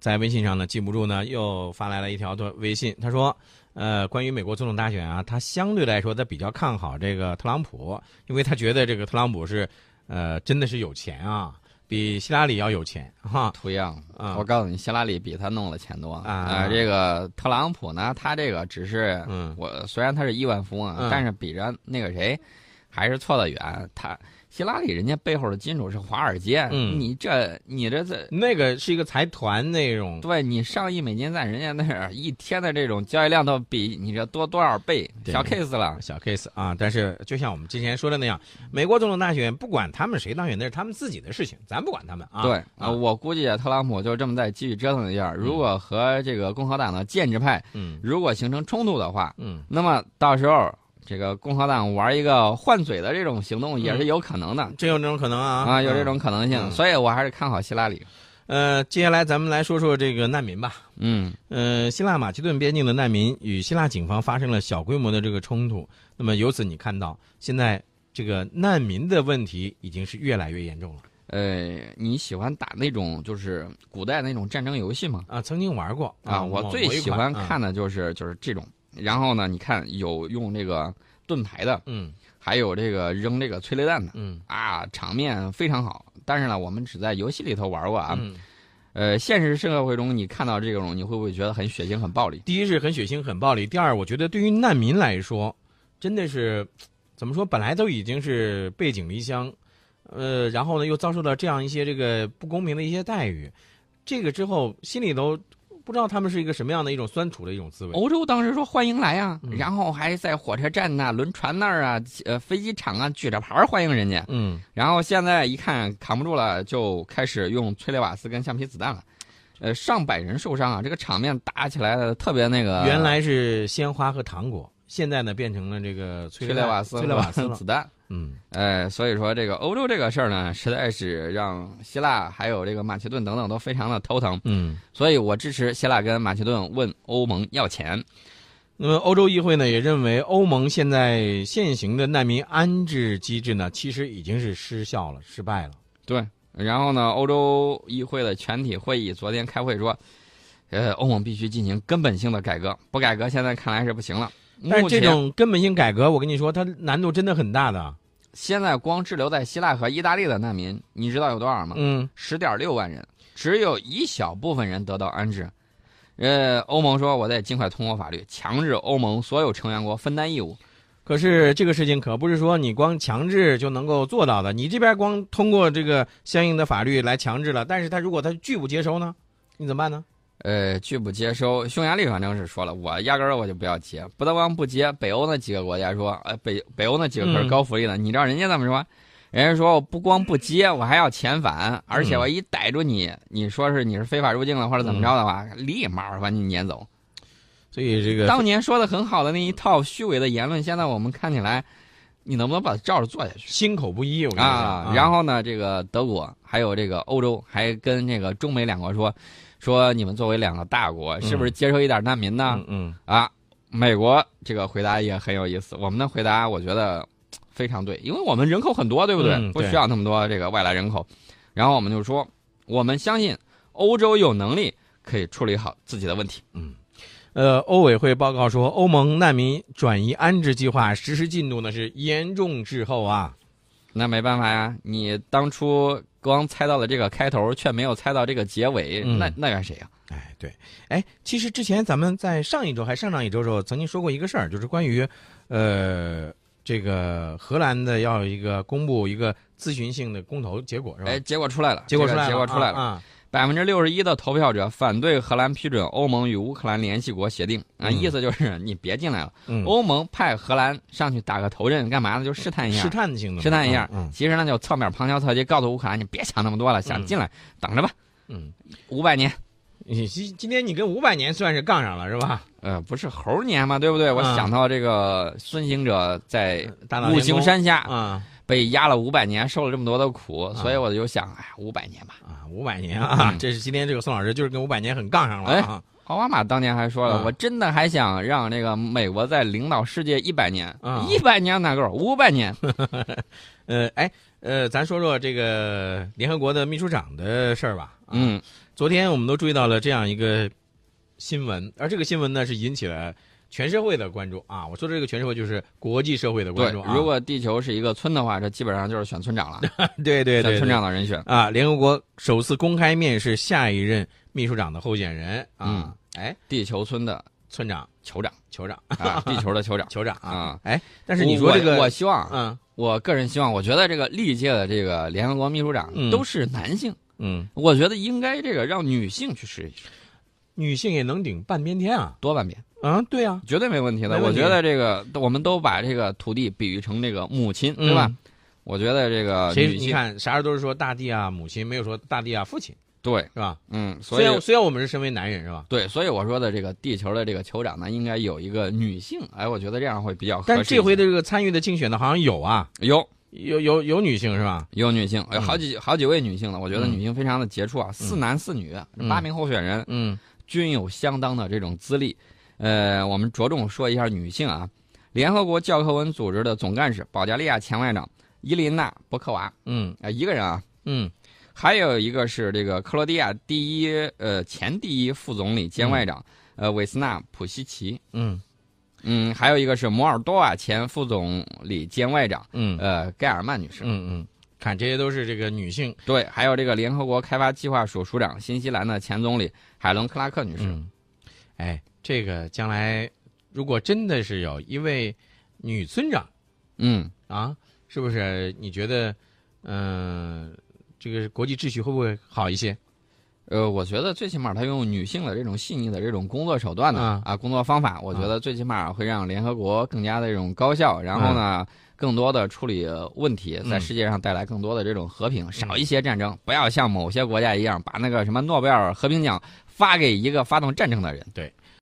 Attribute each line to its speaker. Speaker 1: 在微信上呢记不住呢，又发来了一条的微信，他说：“呃，关于美国总统大选啊，他相对来说他比较看好这个特朗普，因为他觉得这个特朗普是，呃，真的是有钱啊，比希拉里要有钱哈。
Speaker 2: 图样。
Speaker 1: 啊
Speaker 2: 我告诉你，希拉里比他弄了钱多
Speaker 1: 啊
Speaker 2: 呃这个特朗普呢，他这个只是
Speaker 1: 嗯
Speaker 2: 我虽然他是亿万富翁啊，
Speaker 1: 嗯
Speaker 2: 但是比着那个谁，还是错得远。他希拉里人家背后的金主是华尔街，
Speaker 1: 嗯
Speaker 2: 你这你这这。
Speaker 1: 那个是一个财团那种，
Speaker 2: 对你上亿美金在人家那儿一天的这种交易量都比你这多多少倍，
Speaker 1: 对
Speaker 2: 小 case 了。
Speaker 1: 小 case 啊，但是就像我们之前说的那样，美国总统大选不管他们谁当选，那是他们自己的事情，咱不管他们啊。
Speaker 2: 对
Speaker 1: 啊，
Speaker 2: 我估计特朗普就这么再继续折腾一下，如果和这个共和党的建制派
Speaker 1: 嗯
Speaker 2: 如果形成冲突的话，
Speaker 1: 嗯，
Speaker 2: 那么到时候这个共和党玩一个换嘴的这种行动也是有可能的、
Speaker 1: 真有这种可能啊
Speaker 2: 啊，有这。种可能性，
Speaker 1: 嗯
Speaker 2: 所以我还是看好希拉里。
Speaker 1: 呃，接下来咱们来说说这个难民吧。
Speaker 2: 嗯，
Speaker 1: 呃，希腊马其顿边境的难民与希腊警方发生了小规模的这个冲突。那么由此你看到，现在这个难民的问题已经是越来越严重了
Speaker 2: 呃，你喜欢打那种就是古代那种战争游戏吗？
Speaker 1: 啊！曾经玩过
Speaker 2: 啊，我最喜欢，
Speaker 1: 嗯
Speaker 2: 看的就是就是这种。然后呢，你看有用这个盾牌的，
Speaker 1: 嗯
Speaker 2: 还有这个扔这个催泪弹的。
Speaker 1: 嗯
Speaker 2: 啊，场面非常好。但是呢，我们只在游戏里头玩过啊。
Speaker 1: 嗯，
Speaker 2: 呃，现实社会中你看到这种，你会不会觉得很血腥、很暴力？
Speaker 1: 第一是很血腥、很暴力；第二，我觉得对于难民来说，真的是怎么说，本来都已经是背井离乡，呃，然后呢又遭受到这样一些这个不公平的一些待遇，这个之后心里头不知道他们是一个什么样的一种酸楚的一种滋味。
Speaker 2: 欧洲当时说欢迎来呀、
Speaker 1: 嗯
Speaker 2: 然后还在火车站呐、轮船那儿啊、呃飞机场啊举着牌儿欢迎人家。
Speaker 1: 嗯，
Speaker 2: 然后现在一看扛不住了，就开始用催泪瓦斯跟橡皮子弹了。呃，上百人受伤啊，这个场面打起来特别那个。
Speaker 1: 原来是鲜花和糖果，现在呢变成了这个催
Speaker 2: 催泪瓦斯、
Speaker 1: 催泪瓦斯 了
Speaker 2: 子。弹。
Speaker 1: 嗯
Speaker 2: 呃，所以说这个欧洲这个事儿呢，实在是让希腊还有这个马其顿等等都非常的头疼，
Speaker 1: 嗯。
Speaker 2: 所以我支持希腊跟马其顿问欧盟要钱。
Speaker 1: 那么欧洲议会呢也认为，欧盟现在现行的难民安置机制呢，其实已经是失效了、失败了。
Speaker 2: 对，然后呢，欧洲议会的全体会议昨天开会说，呃，欧盟必须进行根本性的改革，不改革现在看来是不行了。
Speaker 1: 但是
Speaker 2: 目前
Speaker 1: 这种根本性改革，我跟你说，它难度真的很大的。
Speaker 2: 现在光滞留在希腊和意大利的难民，你知道有多少吗？
Speaker 1: 嗯
Speaker 2: 十点六万人，只有一小部分人得到安置。呃，欧盟说我得尽快通过法律，强制欧盟所有成员国分担义务。
Speaker 1: 可是这个事情可不是说你光强制就能够做到的。你这边光通过这个相应的法律来强制了，但是他如果他拒不接收呢，你怎么办呢？
Speaker 2: 呃，拒不接收，匈牙利反正是说了，我压根儿我就不要接，不但光不接，北欧那几个国家说，呃，北北欧那几个可
Speaker 1: 嗯
Speaker 2: 是高福利的，你知道人家怎么说？人家说我不光不接，我还要遣返，而且我一逮住你，你说是你是非法入境了或者怎么着的话，立马把你撵走。
Speaker 1: 所以这个
Speaker 2: 当年说的很好的那一套虚伪的言论，现在我们看起来，你能不能把它照着做下去？
Speaker 1: 心口不一，我跟你说。
Speaker 2: 啊，然后呢，这个德国还有这个欧洲还跟这个中美两国说，说你们作为两个大国，是不是接受一点难民呢？
Speaker 1: 嗯嗯
Speaker 2: 啊，美国这个回答也很有意思，我们的回答我觉得嘖非常对，因为我们人口很多，对不对？
Speaker 1: 嗯
Speaker 2: 不
Speaker 1: 对
Speaker 2: 需要那么多这个外来人口。然后我们就说，我们相信欧洲有能力可以处理好自己的问题。
Speaker 1: 呃，欧委会报告说，欧盟难民转移安置计划实施进度呢是严重滞后啊。
Speaker 2: 那没办法呀，你当初光猜到了这个开头，却没有猜到这个结尾，
Speaker 1: 嗯
Speaker 2: 那那怨谁呀、
Speaker 1: 哎，对，哎，其实之前咱们在上一周还上上一周的时候，曾经说过一个事儿，就是关于，呃，这个荷兰的要有一个公布一个咨询性的公投结果是吧？
Speaker 2: 哎，结果出来了，
Speaker 1: 结果
Speaker 2: 这
Speaker 1: 出
Speaker 2: 个
Speaker 1: 来了，
Speaker 2: 结果出来了，
Speaker 1: 啊，
Speaker 2: 百分之六十一的投票者反对荷兰批准欧盟与乌克兰联系国协定啊，
Speaker 1: 嗯
Speaker 2: 意思就是 你别进来了。
Speaker 1: 啊嗯，
Speaker 2: 欧盟派荷兰上去打个头阵，干嘛呢？就试探一下
Speaker 1: 试，探性的嘛，
Speaker 2: 试探一下。
Speaker 1: 嗯
Speaker 2: 其实呢，就侧面旁敲侧击告诉乌克兰，你别想那么多了，想
Speaker 1: 嗯
Speaker 2: 进来等着吧，
Speaker 1: 嗯，
Speaker 2: 五百年。
Speaker 1: 你今今天你跟五百年算是杠上了是吧？
Speaker 2: 呃，不是猴年嘛，对不对？我
Speaker 1: 啊嗯
Speaker 2: 想到这个孙行者在
Speaker 1: 大闹
Speaker 2: 哎五
Speaker 1: 天
Speaker 2: 行
Speaker 1: 宫
Speaker 2: 山下
Speaker 1: 啊
Speaker 2: 被压了五百年，受了这么多的苦，所以我就想，哎，五百年吧。
Speaker 1: 啊，五百年啊，
Speaker 2: 嗯
Speaker 1: 这是今天这个宋老师就是跟五百年很杠上了啊，
Speaker 2: 奥巴马当年还说了，
Speaker 1: 嗯
Speaker 2: 我真的还想让这个美国再领导世界一百年
Speaker 1: 嗯，
Speaker 2: 一百年哪够？五 百年。
Speaker 1: 啊呃，哎，呃，咱说说这个联合国的秘书长的事儿吧，啊
Speaker 2: 嗯
Speaker 1: 昨天我们都注意到了这样一个新闻，而这个新闻呢是引起了全社会的关注啊！我说的这个全社会就是国际社会的
Speaker 2: 对
Speaker 1: 关注啊！，
Speaker 2: 如果地球是一个村的话，这基本上就是选村长了，
Speaker 1: 对对
Speaker 2: 选
Speaker 1: 对对
Speaker 2: 村长的人选。
Speaker 1: 啊，联合国首次公开面试下一任秘书长的候选人
Speaker 2: 嗯
Speaker 1: 啊！哎，
Speaker 2: 地球村的
Speaker 1: 村长、
Speaker 2: 酋长
Speaker 1: 酋长、
Speaker 2: 啊，地球的酋长。
Speaker 1: 酋长啊
Speaker 2: 啊！
Speaker 1: 哎，但是你说这
Speaker 2: 我，我
Speaker 1: 个，
Speaker 2: 希望，啊
Speaker 1: 嗯
Speaker 2: 我个人希望，我觉得这个历届的这个联合国秘书长
Speaker 1: 嗯
Speaker 2: 都是男性，
Speaker 1: 嗯，
Speaker 2: 我觉得应该这个让女性去试一试，
Speaker 1: 女性也能顶半边天啊！
Speaker 2: 多半遍，
Speaker 1: 啊，对呀，
Speaker 2: 绝对没问题的。
Speaker 1: 没问
Speaker 2: 我
Speaker 1: 题
Speaker 2: 觉得这个我们都把这个土地比喻成这个母亲，
Speaker 1: 嗯
Speaker 2: 对吧？我觉得这个
Speaker 1: 谁
Speaker 2: 啊女
Speaker 1: 你
Speaker 2: 性
Speaker 1: 看啥时候都是说大地啊母亲，没有说大地啊父亲，
Speaker 2: 对，
Speaker 1: 是吧？
Speaker 2: 嗯，所
Speaker 1: 虽
Speaker 2: 以
Speaker 1: 然虽然我们是身为男人，是吧？
Speaker 2: 对，所以我说的这个地球的这个酋长呢，应该有一个女性，哎，我觉得这样会比较合适一
Speaker 1: 但
Speaker 2: 些。
Speaker 1: 这回的这个参与的竞选呢，好像有啊，
Speaker 2: 有
Speaker 1: 有有有女性是吧？
Speaker 2: 有女性，有
Speaker 1: 嗯
Speaker 2: 好几、好几位女性了，我觉得
Speaker 1: 嗯
Speaker 2: 女性非常的杰出啊，四男四女，
Speaker 1: 嗯
Speaker 2: 八名候选人
Speaker 1: 嗯
Speaker 2: 均有相当的这种资历。呃，我们着重说一下女性啊，联合国教科文组织的总干事保加利亚前外长伊琳娜·博科娃啊、
Speaker 1: 嗯
Speaker 2: 一个人啊，
Speaker 1: 嗯
Speaker 2: 还有一个是这个克罗地亚第一呃前第一副总理兼外长、呃韦斯纳·普希奇，
Speaker 1: 嗯
Speaker 2: 嗯，还有一个是摩尔多瓦前副总理兼外长，
Speaker 1: 嗯
Speaker 2: 呃，盖尔曼女士。
Speaker 1: 嗯嗯，看这些都是这个女性，
Speaker 2: 对，还有这个联合国开发计划署署长、新西兰的前总理海伦·克拉克女士。
Speaker 1: 嗯，哎，这个将来如果真的是有一位女村长
Speaker 2: 嗯，
Speaker 1: 啊，是不是？你觉得，嗯、这个国际秩序会不会好一些？
Speaker 2: 呃，我觉得最起码她用女性的这种细腻的这种工作手段呢，
Speaker 1: 啊
Speaker 2: 啊，工作方法，我觉得最起码会让联合国更加的这种高效，然后呢，更多的处理呃问题，在
Speaker 1: 嗯
Speaker 2: 世界上带来更多的这种和平，少一些战争，不要像某些国家一样把那个什么诺贝尔和平奖发给一个发动战争的人。
Speaker 1: 对，